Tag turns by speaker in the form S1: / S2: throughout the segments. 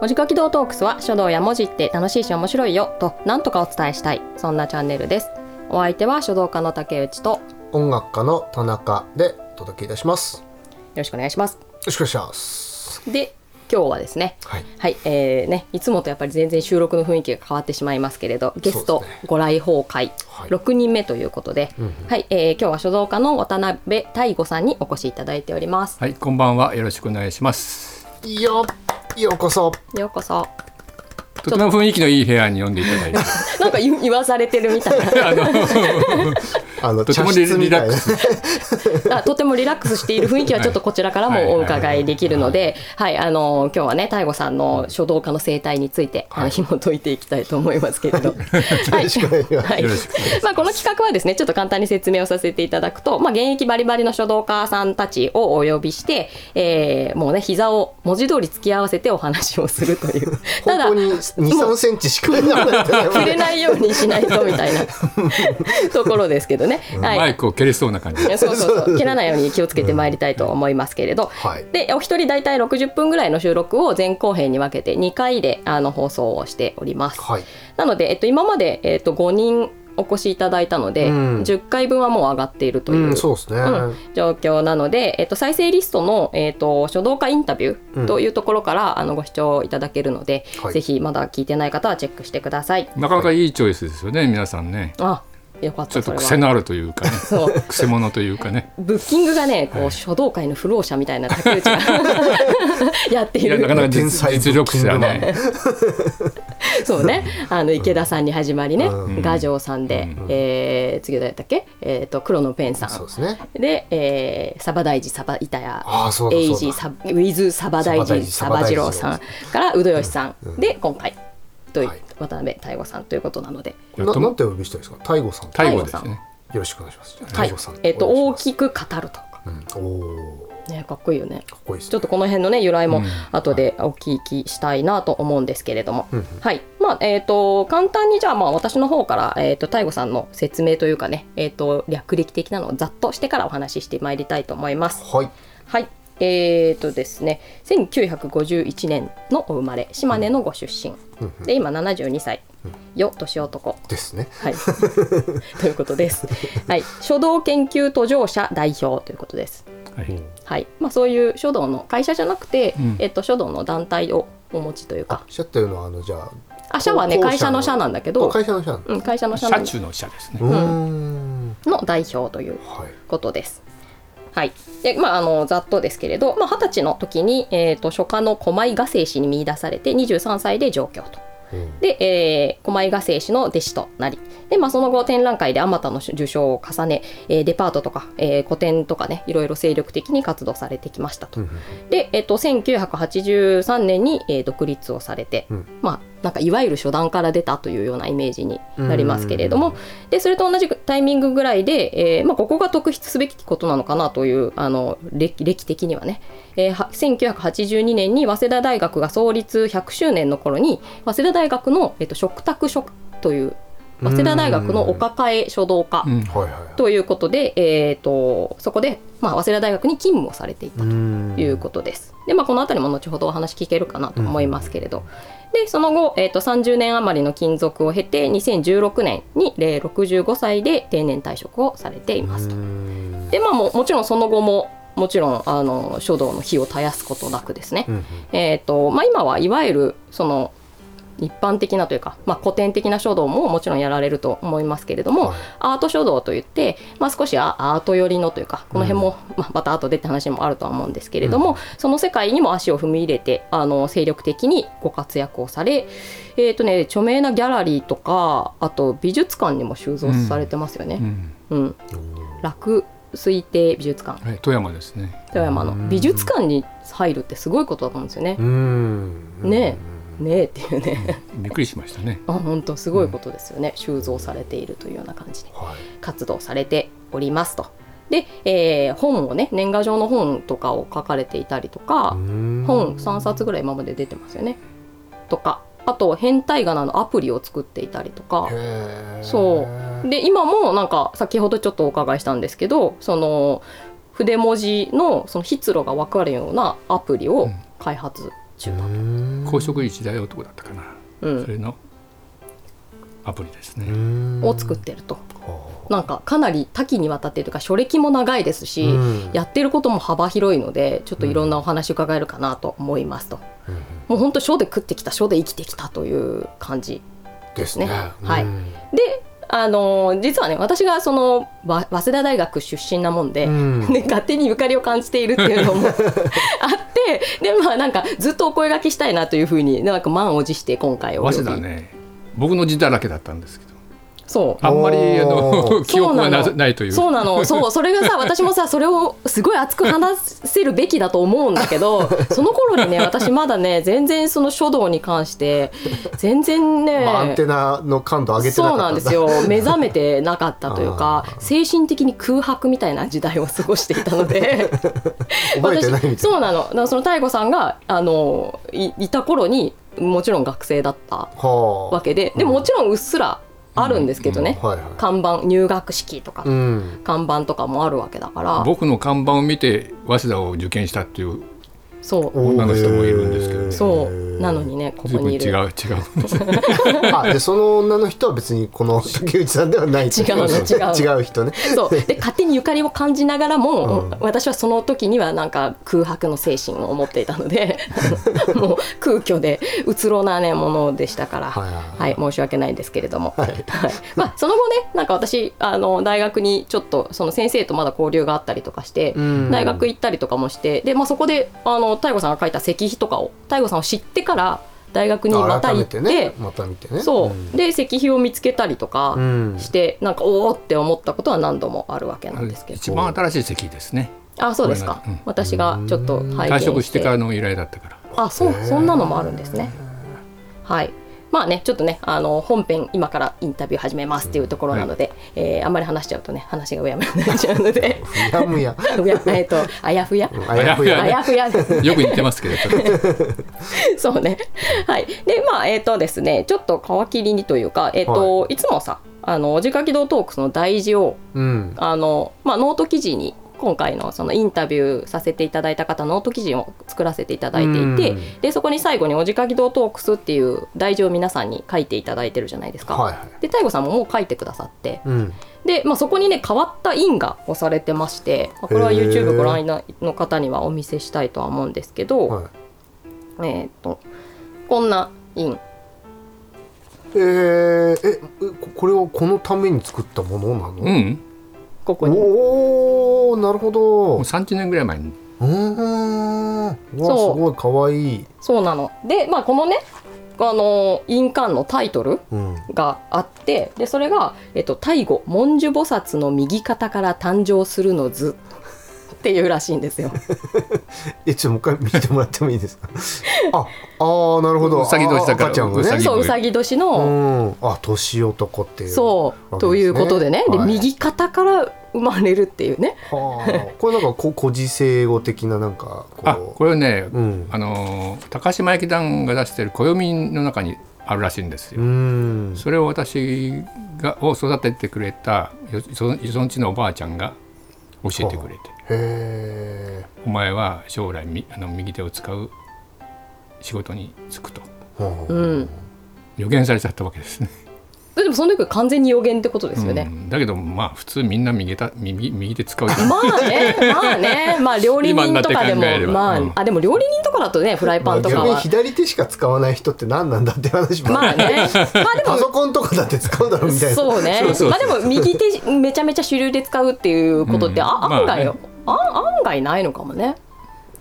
S1: 文字書き道トークスは書道や文字って楽しいし面白いよとなんとかお伝えしたいそんなチャンネルですお相手は書道家の竹内とよ
S2: 音楽家の田中でお届けいたします。よ
S1: ろしくお願いします
S2: ろしくお願いします。
S1: で今日はですね
S2: はい。
S1: はい、えーね、いつもとやっぱり全然収録の雰囲気が変わってしまいますけれどゲスト
S2: そうですね
S1: ご来訪会、
S2: はい
S1: 6人目ということで、
S2: うんうん
S1: はいえー今日は書道家の渡辺大吾さんにお越しいただいております、
S3: はい、こんばんは。よろしくお願いします。
S2: よっ、ようこそ。
S1: ようこそ
S3: とても雰囲気のいい部屋に呼んでいただいて、
S1: なんか言言わされてるみたい
S3: あの
S2: あの、
S3: とてもリリラック ス。
S1: なあとてもリラックスしている雰囲気はちょっとこちらからもお伺いできるのではいあのー今日はね大吾さんの書道家の生態について、あの紐解いていきたいと思いますけれど、はい、
S2: しくお願いします
S1: はい
S3: よろしくお願いし
S1: まあ、この企画はですねちょっと簡単に説明をさせていただくと、まあ、現役バリバリの書道家さんたちをお呼びして、えーもうね膝を文字通り突き合わせてお話をするというただ
S2: 方向に二
S1: もう
S2: 三センチしかならない
S1: 触れないようにしないとみたいなところですけどね。はい
S3: マイクを蹴れそうな 感じ。
S1: そうそうそう蹴らないように気をつけてまいりたいと思いますけれど、
S2: はい
S1: でお一人大体60分ぐらいの収録を前後編に分けて2回であの放送をしております。
S2: はい。
S1: なので、えっと、今まで、えっと、5人お越しいただいたので、
S2: うん
S1: 10回分はもう上がっていると
S2: う
S1: いう。
S2: ん、そうですね。
S1: うん状況なので、えっと、再生リストの、えっと、書道家インタビューというところから、あのご視聴いただけるので、
S2: はい
S1: ぜひまだ聞いてない方はチェックしてください。
S3: なかなかいいチョイスですよね、皆さんね。
S1: あよかっ
S3: ち
S1: た
S3: ょっと
S1: それ
S3: 癖
S1: は
S3: のあるというかね、
S1: そう
S3: 癖者というかね。
S1: ブッキングがねこう書道界の不老者みたいな竹内が やってい
S3: いや、
S1: る
S3: なかなか
S2: 天
S3: 実
S2: 才
S3: 実力者ね。
S1: そうね、あの池田さんに始まりね、
S2: うん
S1: 牙城さんで、えー次誰だっけ、えー、と黒のペンさ
S2: そうで
S1: ん
S2: すね。
S1: で、えーサバ大事サバイタヤ
S2: ああ、そうだ
S1: エイ
S2: そ
S1: ジ
S2: うだ。
S1: サウィズサバ大
S2: サバ大
S1: 事
S2: 事
S1: サバ次郎さんからウドヨシさん、
S2: うん
S1: で今回という
S2: はい
S1: 渡辺大吾さんということなので、
S3: いや
S2: な
S3: と
S2: なん
S3: も
S2: てお呼びしたらいいですか。大吾さん。よ
S3: 大吾ですね。
S2: ろしくお願いします。
S1: は
S2: 大
S1: い
S2: 吾さん。
S1: えっと
S2: お願
S1: 大
S2: いし
S1: きく語るとか、
S2: ますうんおー
S1: ね、かっこいいよね。
S2: かっこいいです
S1: ちょ
S2: ね
S1: っとこの辺のね由来
S3: う
S1: も
S3: ん
S1: 後でお聞きしたいなと思うんですけれども、
S2: うんうん
S1: はいまあえっ、と簡単にじゃあまあ私の方からえっ、と大吾さんの説明というかねえっ、と略歴的なのをざっとしてからお話ししてまいりたいと思います。
S2: はい。
S1: はいえーとですね、1951年のお生まれ島根のご出身、
S2: うんうん
S1: で今72歳、よ年男、
S2: ですね。
S1: はい、 ということです、はい、書道研究途上者代表ということです
S3: はい
S1: はいまあ、そういう書道の会社じゃなくて、
S3: うん
S1: えっと、書道の団体をお持ちという
S2: あ
S1: か、
S2: 社っていうのはあのじゃあ。
S1: あ社はね
S2: こう
S1: 会社の社なんだけど
S2: あ、会社の社なんだ。
S1: うん、会社の社
S3: 社
S1: の
S3: 中の社です
S2: う
S3: ね。
S2: ーん。
S1: の代表という
S2: はい。
S1: ことです。はいでまあ、あのざっとですけれど、まあ、20歳の時に、えー、と書家の駒井画生氏に見出されて23歳で上京と
S2: うん
S1: で、えー、駒井画生氏の弟子となりで、まあ、その後展覧会であまたの受賞を重ね、えーデパートとか、えー個展とかねいろいろ精力的に活動されてきましたと
S2: う。んうん
S1: で、えっと、1983年に、えー独立をされて、
S2: うん
S1: まあ、なんかいわゆる初段から出たというようなイメージになりますけれどもでそれと同じタイミングぐらいで、えーまあ、ここが特筆すべきことなのかなというあの歴歴的にはね、えーは1982年に早稲田大学が創立100周年の頃に早稲田大学の、えっと、食卓食という早稲田大学のお抱え書道家
S3: うん。
S2: はいはいはい。
S1: ということで、えー、とそこで、まあ、早稲田大学に勤務をされていた
S2: うーん
S1: いうことです。で、まあ、この辺りも後ほどお話聞けるかなと思いますけれど、でその後、えー、と30年余りの勤続を経て2016年にえー65歳で定年退職をされていますと。
S2: で、
S1: で、まあ、ももちろんその後ももちろんあの書道の火を絶やすことなくですね、
S2: うんうん
S1: えーとまあ、今はいわゆるその一般的なというか、まあ、古典的な書道ももちろんやられると思いますけれども、
S2: はい
S1: アート書道といって、まあ、少しアアート寄りのというかこの辺も、まあ、また後でって話もあるとは思うんですけれども、その世界にも足を踏み入れてあの精力的にご活躍をされ、えーとね、著名なギャラリーとかあと美術館にも収蔵されてますよ
S3: う
S1: ね。
S3: ん
S1: うん楽推定美術館
S3: はい、富山ですね。
S1: 富山の美術館に入るってすごいことだと思うんですよね
S2: う。ん
S1: ねえねえっていうね。
S3: びっくりしましたね。
S1: あ本当すごいことですよね、収蔵されているというような感じで
S2: はい
S1: 活動されておりますと。で、えー本をね年賀状の本とかを書かれていたりとか、本3冊ぐらい今まで出てますよねとかあと変態仮名のアプリを作っていたりとか。そうで今もなんか先ほどちょっとお伺いしたんですけどその筆文字のその筆路が分かるようなアプリを開発中
S2: う
S1: 盤、
S2: ん
S3: 公職一大男だったかな、
S1: うん
S3: それのアプリですね、
S2: うん
S1: を作ってると
S2: ほ
S1: なんかかなり多岐にわたってというか書歴も長いです
S2: う
S1: し、
S2: うん
S1: やってることも幅広いのでちょっといろんなお話伺えるかなと思いますと、
S2: うん
S1: もう本当書で食ってきた書で生きてきたという感じ
S2: ですね。
S1: ね
S2: うん
S1: はいであのー実はね私がそのわ早稲田大学出身なもんで、
S2: うん
S1: で勝手にゆかりを感じているっていうのも あってでまあなんかずっとお声がけしたいなというふうになんか満を持して今回を
S3: 早稲田ね僕の字だらけだったんですけど
S1: そう
S3: あんまりあ
S2: お
S3: の
S2: ー
S3: 記憶がな
S1: そうなの
S3: ないという
S1: そうな のそうそれがさ私もさそれをすごい熱く話せるべきだと思うんだけど その頃にね私まだね全然その書道に関して全然ね、
S2: まあ、アンテナの感度上げてな
S1: そうな
S2: か
S1: ん
S2: っ
S1: で
S2: た
S1: すよ目覚めてなかったというか
S2: あ
S1: 精神的に空白みたいな時代を過ごしていたので
S2: 覚えてないみたいな。
S1: そうなのだからその妙子さんがあのいいた頃にもちろん学生だった
S2: はあ
S1: わけででももちろんうっすらあるんですけどね、
S2: はいは
S1: 看板入学式とか、
S2: い。うん。
S1: 看板とかもあるわけだから
S3: 僕の看板を見て早稲田を受験したっていう
S1: そう
S3: 女の人もいるんですけどね
S2: おー
S1: そうなのに。ねここ
S3: 随分
S1: に
S3: 違
S1: いうる
S3: 違う
S2: あ、で、その女の人は別にこの竹内さんではない。違
S1: 違うの違
S2: う人ね。
S1: そうで勝手にゆかりを感じながらも、
S2: うん
S1: 私はその時にはなんか空白の精神を持っていたの であのもう空虚でうつろな、ね、ものでしたから、
S2: はい
S1: は、
S2: はい
S1: 申し訳ないんですけれども、
S2: はい。
S1: はいまあ、その後ねなんか私あの大学にちょっとその先生とまだ交流があったりとかして、
S2: うん
S1: 大学行ったりとかもしてで、まあ、そこであの太吾さんが書いた石碑とかを太吾さんを知ってから大学にまた行っ
S2: 改め
S1: て
S2: てね。また見てね。
S1: そう、
S2: ん
S1: で石碑を見つけたりとか。
S2: うん。
S1: してなんかおおって思ったことは何度もあるわけなんですけど
S3: 一番新しい席ですね
S1: あそうですか、
S3: これがうん
S1: 私がちょっと拝見
S3: 退職してからの依頼だったから
S1: あそう
S2: へー
S1: そんなのもあるんですねはいまあねちょっとねあの本編今からインタビュー始めますっていうところなので、えーあんまり話しちゃうとね話がうやむやになっちゃうので
S2: ふやむや。
S1: うやえっとあやふや
S2: うんあやふや
S1: あ
S2: ね。
S1: やふやです
S3: よく似てますけどちょっと
S1: そうね。はい。で、まあ、えっ、とですね、ちょっと皮切りにというか、えっ、と、い、つもさ、あの、おじかき堂トークスの大事を、
S2: うん。
S1: あの、まあ、ノート記事に、今回のそのインタビューさせていただいた方、ノート記事を作らせていただいていて、
S2: うん
S1: で、そこに最後におじかき堂トークスっていう大事を皆さんに書いていただいてるじゃないですか。
S2: はいはい。
S1: で、大悟さんももう書いてくださって、
S2: うん。
S1: で、まあ、そこにね、変わった印が押されてまして、まあこれは
S2: へー
S1: YouTube ご覧の方にはお見せしたいとは思うんですけど、
S2: はい。
S1: えーっとこんな印
S2: えー、え、ここれはこのために作ったもの なの。
S3: うん
S1: ここに
S2: おおなるほど
S3: もう30年ぐらい前に
S2: うーんわ
S1: そう
S2: すごい可愛い
S1: そうなのでまあこのねあの印鑑のタイトル
S2: うん
S1: があってでそれが「えっと、大悟文殊菩薩の右肩から誕生するの図」っていうらしいんですよ。
S2: えちょっともう一回見てもらってもいいで すかああーなるほど
S3: うさぎ年だか
S2: あ
S3: ら
S2: 赤ちゃんが
S3: うさ
S2: ね
S3: ぎ
S1: そううさぎ年の、
S2: うんあ年男っていう
S1: そう、
S2: わけですね
S1: ということでね、
S2: は
S1: で
S2: い
S1: 右肩から生まれるっていうね
S2: はあこれなんかこ古事成語的ななんかこう
S3: あこれはね、
S2: うん
S3: あのー高島駅団が出してる暦の中にあるらしいんですよ
S2: う、ん
S3: それを私がを育ててくれたよそその地のおばあちゃんが教えてくれて
S2: へ
S3: 「お前は将来みあの右手を使う仕事に就く」と
S2: え、はあ
S1: うん
S3: 予言されちゃったわけですね。
S1: でもその時は完全に予言ってことですよ
S3: う
S1: ね。
S3: んだけどまあ普通みんな右た右右手使うじゃん
S1: まあ ねまあねまあ料理人とかでも
S3: 今になって考えれば
S1: まあ、
S3: うん
S1: あでも料理人とかだとねフライ
S2: ま
S1: パ
S2: あ
S1: ンとか
S2: 逆に
S1: は
S2: 左手しか使わない人って何なんだって話も
S1: まあね。まあで
S2: パ
S1: も。
S2: ソコンとかだって使うだろうみたい な
S1: そうね
S3: そうそうそう
S1: まあでも右手めちゃめちゃ主流で使うっていうことって、
S3: うん
S1: あ案外よ、あ案外ないのかもね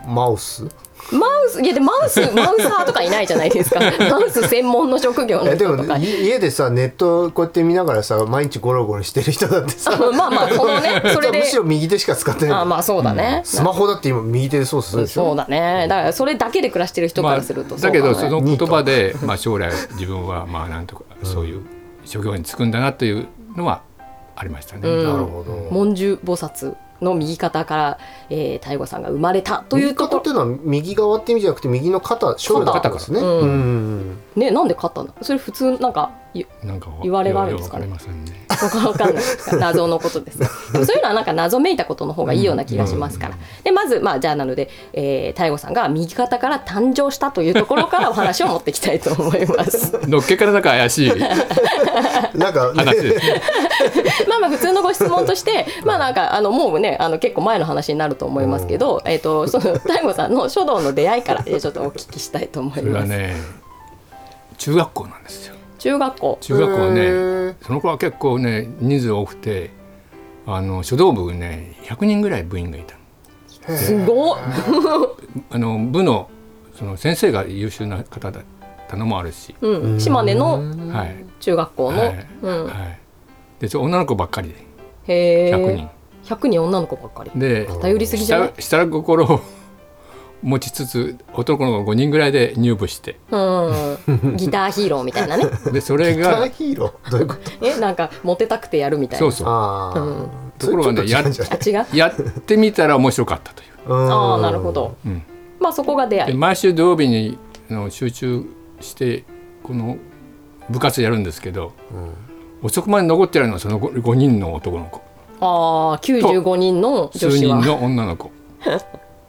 S2: マウス
S1: マウスいやでマウスマウサーとかいないじゃないですかマウス専門の職業
S2: え
S1: の
S2: で
S1: 人
S2: も
S1: とか
S2: い家でさネットこうやって見ながらさ毎日ゴロゴロしてる人だって
S1: あ
S2: さ
S1: まあまあそのね それで
S2: むしろ右手しか使ってない
S1: あまあそうだね、
S2: スマホだって今右手で操作するでしょ
S1: そうだねだからそれだけで暮らしてる 人か
S3: まあ
S1: らすると、
S3: だけどそう
S1: かもね
S3: の言葉で、まあ、将来自分はまあなんとかそういう職業に就くんだなというのはありましたね。
S1: うん
S2: なるほど
S1: 文殊菩薩の右肩から、えー、太悟さんが生まれたという
S2: 右
S1: と
S2: 肩
S1: こ
S2: っていうのは右側って意味じゃなくて右の肩ショルダーとかですね
S1: 肩
S2: うん
S1: ねなんで肩なのそれ普通なんかゆ
S3: なんかわ
S1: 言われがあるんですかね
S3: ようわかりませんね
S1: そこはわかんないですから謎のことですがでもそういうのはなんか謎めいたことの方がいいような気がしますから、
S3: うん
S1: でまずまあじゃあなので、えー、太吾さんが右肩から誕生したというところからお話を持っていきたいと思います。
S3: のっけからなんか怪 しい
S2: なんか、ね、
S3: 話ですね
S1: まあまあ普通のご質問として、まあなんかあのもうねあの結構前の話になると思いますけど、えっ、とその大悟さんの書道の出会いからえーちょっとお聞きしたいと思い
S3: それ
S1: ま
S3: は
S1: す。
S3: ね中学校なんですよ
S1: 中学校、
S3: 中学校は
S2: へ
S3: ね
S2: ー
S3: その子は結構ね人数多くてあの書道部ね100人ぐらい部員がいたの
S1: すごっ、
S3: あの部のその先生が優秀な方だったのもあるし、
S1: うん、島根の
S3: はい
S1: 中学校の、
S3: はい
S1: うん、
S3: はい、でそう女の子ばっかり
S1: へ
S3: で
S1: え、
S3: 100人、
S1: 100人女の子ばっかり。
S3: で
S1: 偏りすぎじゃない
S3: 下？下心を持ちつつ男の子が5人ぐらいで入部して
S1: うん、ギターヒーローみたいな ね。
S3: でそれ
S2: ギタ ー
S3: が
S2: ヒーローどういうこと
S1: えなんかモテたくてやるみたいな。
S3: そうそう
S2: ああ、
S1: うん
S3: ところがね
S2: それちょっ違うんじゃない
S1: あ違う。
S3: やってみたら面白かったという、
S1: ああなるほど。
S3: うん
S1: まあそこが出会
S3: で
S1: い。
S3: 毎週土曜日にあの集中してこの部活やるんですけど
S2: うん
S3: 遅くまで残ってるのはその5人の男の子
S1: ああ95人の
S3: 数
S1: 女子
S3: 人
S1: は。
S3: の女の子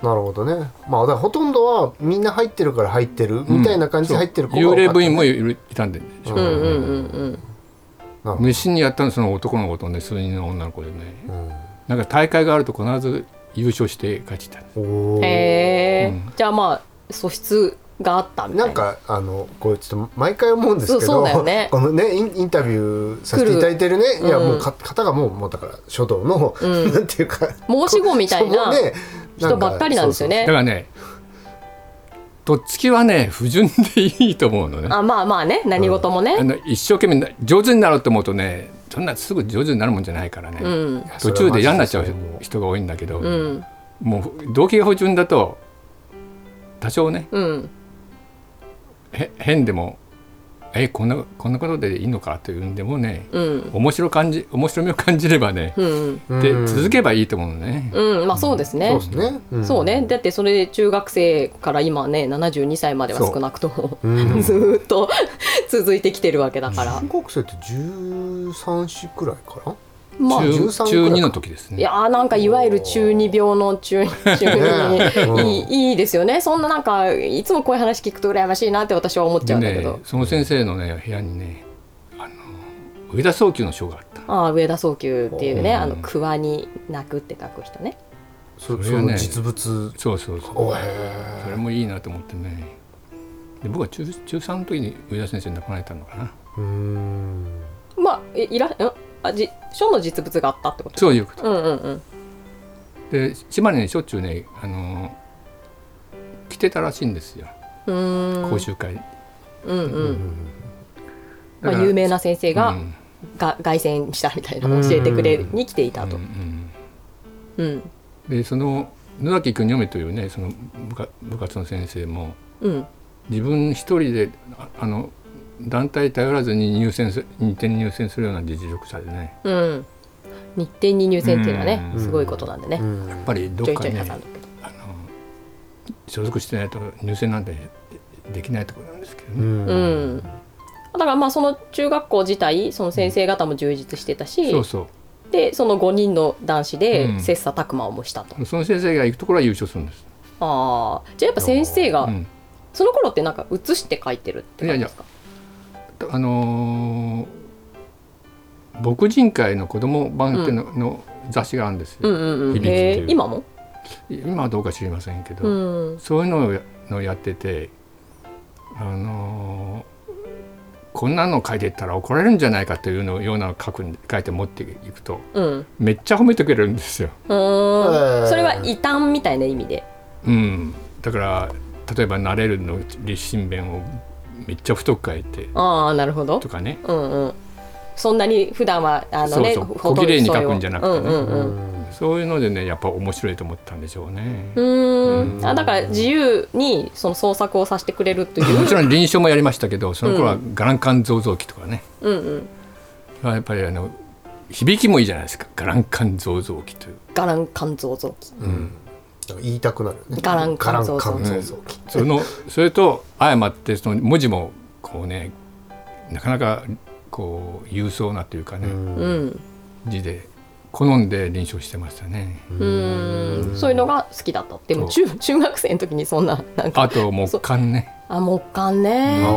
S2: なるほどねまあだからほとんどはみんな入ってるから入ってるみたいな感じで入ってる子が多
S3: 幽
S2: か
S3: 霊
S2: った
S3: 部員もいるいたんでしょ
S1: うんうんうんうん。
S3: 無心にやったのその男の子とね数人の女の子でねなんか大会があると必ず優勝して勝ちた
S2: うんおー
S1: へえ、
S3: うん
S1: じゃあまあ素質があったみたいな
S2: なんかあのこうちょっと毎回思うんですけど
S1: そうそうだよね
S2: このねインインタビューさせていただいてるね
S1: る
S2: いや
S1: うん
S2: もうか方がもうもうだから書道の、
S1: ん
S2: なんていうか
S1: 申し子みたいな
S2: こうね
S1: 人ばっかりなんですよ
S3: だ
S1: ね
S3: か。らねとっつきはね不純でいいと思うのね
S1: あまあまあね何事も
S3: あ
S1: ね。
S3: の一生懸命な上手になろうと思うとねそんなすぐ上手になるもんじゃないからね、
S1: うん
S3: 途中で嫌になっちゃう
S2: それはマジで
S3: 人が多いんだけど、
S1: うん
S3: もう動機が不純だと多少ね
S1: うん
S3: へ変でもえこんなこんなことでいいのかというんでもね
S1: うん
S3: 面白感じ面白みを感じればね、
S1: うん
S2: そう
S3: で
S2: うん
S3: 続けばいいと思うのね、
S1: うんまあそうですね。
S2: そうですね、ん
S1: そうねだってそれで中学生から今ね72歳までは少なくとも
S2: うん
S1: ずーっと続いてきてるわけだから
S2: 中学生って13歳くらいか
S1: まあ
S2: 中
S3: 中
S2: 13
S3: 中
S2: くら
S3: 2
S2: い
S3: の時です
S1: い
S3: ね
S1: やーなんかいわゆる中二病の中中
S2: ね
S1: 二
S2: え
S1: いいいいですよねそんななんかいつもこういう話聞くと羨ましいなって私は思っちゃ
S3: で
S1: うんだけ
S3: ね
S1: ど、
S3: その先生のね部屋にねあの上田早急の書があった
S1: ああ上田早急っていうね
S3: うん
S1: あの桑に泣くって書く人ね
S2: なそ
S3: そ
S2: そ
S3: れはね
S2: の実物
S3: そうそうそう
S2: おへ
S3: それもいいなと思ってねで僕は中中3の時に上田先生に亡くなられたのかな
S2: ーうん
S1: まあえいらんあじ書の実物があったってこと
S3: そういうこと
S1: うんうんうん
S3: で島根にしょっちゅうねあの来てたらしいんですよ
S1: うーん
S3: 講習会、だ
S1: うんうんま
S3: か
S1: あ、
S3: ら
S1: 有名な先生
S3: う
S1: が
S3: ん
S1: が凱旋したみたいな教えてくれに来ていたと
S3: うんう。ん
S1: うん
S3: でその野崎邦嫁というねその部下部活の先生も
S1: うん
S3: 自分一人でああの団体頼らずに入選す認定に入選するような実力者でね
S1: うん日程に入選っていうのはね
S3: うん
S1: すごいことなんでね
S2: うん
S3: やっぱりど
S1: ちょ
S3: っ
S1: い
S3: か
S1: ちょい
S3: に
S1: 挟ん
S3: ね
S1: だけど。
S3: あの所属してないと入選なんてできないところなんですけど
S2: う
S3: ね、
S2: ん
S1: うんだからまあその中学校自体その先生方も充実してたし、
S3: そうそ
S1: でその5人の男子
S3: う
S1: で
S3: ん
S1: 切磋琢磨をもしたと、
S3: うその先生が行くところは優勝するんです、
S1: ああじゃあやっぱ先生が、
S3: うん
S1: その頃ってなんか写して書いてるって感じですか
S3: あのー牧人会の子供版っていうの,、の雑誌があるんです
S1: う
S3: よ、
S1: んうんうん
S3: 響きっていう
S1: へえ今も
S3: 今はどうか知りませんけど、
S1: うん
S3: そういうのをやのやっててあのーこんなの書いてったら怒られるんじゃないかというのようなのを書くん書いて持っていくと
S1: うん
S3: めっちゃ褒めてくれるんですよ。
S1: うー
S2: へ
S1: ん
S2: え
S1: それは異端みたいな意味で
S3: うん、だから例えば「慣れる」の立身弁をめっちゃ太く書いて
S1: ああなるほど
S3: とかね
S1: うんうんそんなに普段はあのね
S3: そうそう
S1: ほと
S3: 小
S1: んど
S3: 綺麗に書くんじゃなく
S1: そ
S3: てね
S1: ういううんうんうん
S3: そういうのでねやっぱ面白いと思ったんでしょうね。
S1: うーんあだから自由にその創作をさせてくれるという
S3: もちろん臨床もやりましたけどその頃は「ガランカン造像記」とかね、
S1: うんうん
S3: やっぱりあの響きもいいじゃないですか「ガランカン造像記」という。
S1: ガラン肝臓臓器
S2: なんか言いたくなるよね
S1: ガラン
S2: ガラン
S1: 肝臓
S2: 肝臓臓器
S3: そのそれと誤ってその文字もこうねなかなかこう勇壮なというかね、
S1: うん
S3: 字で好んで臨床してましたね。
S1: うんそういうのが好きだったでも中 中学生の時にそんななんか
S3: あと木簡ね。
S1: あ木簡ね
S2: あ
S1: う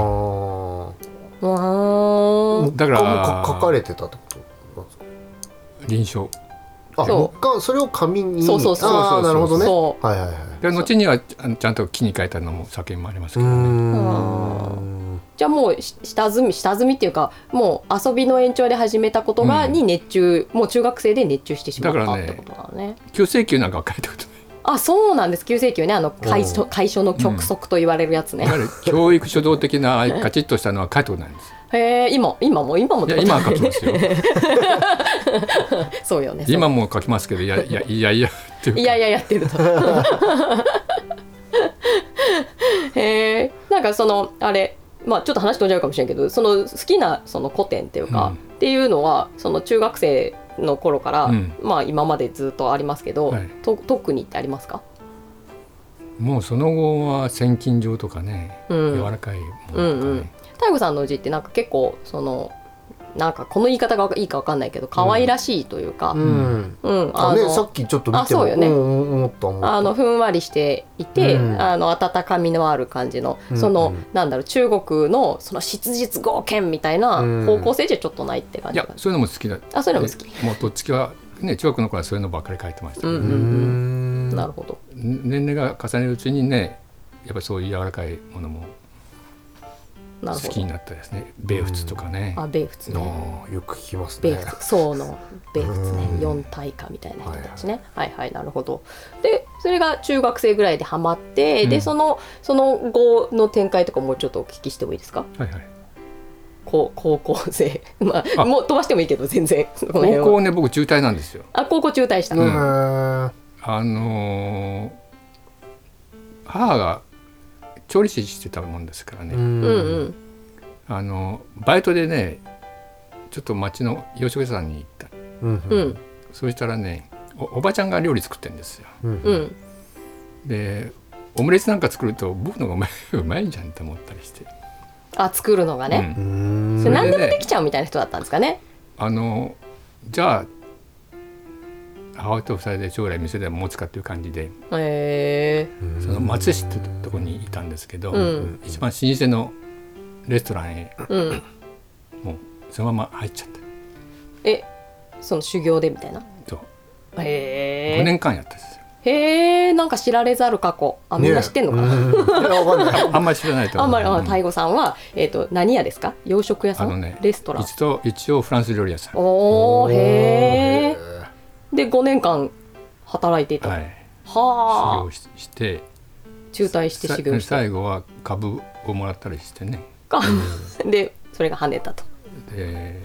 S1: ーん
S3: だから
S2: あ書かれてたってことなんですか
S3: 臨床
S2: あ
S1: そう
S2: 木簡それを紙に
S1: そうそうそう
S2: あーなるほどね
S1: そ
S2: はいはいはい
S3: で後にはちゃんちゃんと木に書いたのも作品もあります
S2: う
S3: けどね。
S1: あ
S2: ん
S1: じゃあもうし下積み下積みっていうかもう遊びの延長で始めたことが、
S3: うん
S1: に熱中もう中学生で熱中してしまっ
S3: だ
S1: た
S3: か
S1: っ
S3: らね
S1: てことなのね
S3: 旧請求なんかは書いた ことない。
S1: あそうなんです急性球ねあの解消解消の曲則と言われるやつね
S3: や、はり教育書道的なああいうカチッとしたのは書いたことないんです。
S1: へえ今今も今もっ
S3: い
S1: て
S3: や
S1: こと
S3: 今は書きますよ。
S1: そうよねそう
S3: 今も書きますけどいやいやいやいやっていうか
S1: いやいややってる と。へえなんかそのあれまあちょっと話飛んじゃうかもしれんけどその好きなその古典っていうか、っていうのはその中学生の頃から、
S3: うん
S1: まあ今までずっとありますけど、
S3: はい
S1: と特にってありますか
S3: もうその後は千金状とかね、
S1: うん
S3: 柔らかいものとか
S1: う
S3: ね、
S1: んうん太悟さんの字ってなんか結構そのなんかこの言い方がいいかわかんないけど可愛らしいというか、う
S2: うんんあねさっきちょっと見
S1: あ
S2: て
S1: そうよね
S2: うん思った思った
S1: あのふんわりしていて、
S2: うん
S1: あの温かみのある感じの、
S2: うん
S1: その、
S2: うん
S1: なんだろう中国のその質実合憲みたいな
S2: うん
S1: 方向性じゃちょっとないって感
S3: い
S1: じが、
S3: やそういうのも好きだ
S1: あそういうのも好き、
S3: でもうどっちかはね中学の頃はそういうのばっかり書いてましたけど、
S1: う
S2: うんん
S1: なるほど
S3: 年齢が重ねるうちにねやっぱりそういう柔らかいものも
S1: な
S3: 好
S1: るほ
S3: き
S1: ど
S3: になったですね米仏とかね、
S1: あ米仏ね
S2: あーよく聞きます
S1: 米
S2: ね
S1: 仏宋の米仏ね
S2: うん
S1: 四大化みたいな人たちねはいはい、なるほどでそれが中学生ぐらいでハマって、
S3: うん
S1: でそのその後の展開とかもうちょっとお聞きしてもいいですか
S3: はいはい
S1: 高高校生 まあ
S3: あ
S1: もう飛ばしてもいいけど全然この辺
S3: 高
S1: は
S3: 校ね僕中退なんですよ
S1: あ高校中退した、
S3: うん
S2: へー
S3: あのー母が調理師してたもんですからね、
S2: うん
S1: うんうん
S3: あのバイトでねちょっと町の洋食屋さんに行った
S2: うん
S1: う
S2: うんん
S3: そうしたらねおおばちゃんが料理作ってんですよ
S2: うん
S1: うん
S3: でオムレツなんか作ると僕のがうまい うまいじゃんって思ったりして、
S1: あ作るのがね、
S2: うん
S1: それ何でも
S3: それでね
S1: できちゃうみたいな人だったんですかね
S3: あのじゃあ母親と二人で将来店でも持つかっていう感じで
S1: へ
S3: その松江市ってとこにいたんですけど、
S1: うん
S3: 一番老舗のレストランへ
S1: えうん
S3: もうそのまま入っちゃって
S1: えその修行でみたいな
S3: そう
S1: へ
S3: 5
S1: え
S3: 年間やったんですよ
S1: へえんか知られざる過去あみんな知ってんのかな、
S2: な、ね、いやわかんない
S3: あんまり知らないと思
S1: あ
S3: うん
S1: まりあ
S3: うん
S1: 太悟さんは、えー、と何屋ですか洋食屋さ
S3: あ
S1: ん、
S3: のね
S1: レストラン
S3: 一度一応フランス料理屋さん
S1: おおへえ
S2: ー
S1: で5年間働いていた、
S3: は
S1: はい
S3: 修
S1: あ
S3: 行しして
S1: 中退して
S3: さ
S1: 修行して
S3: 最後は株をもらったりしてね
S1: か でそれが跳ねたと
S3: で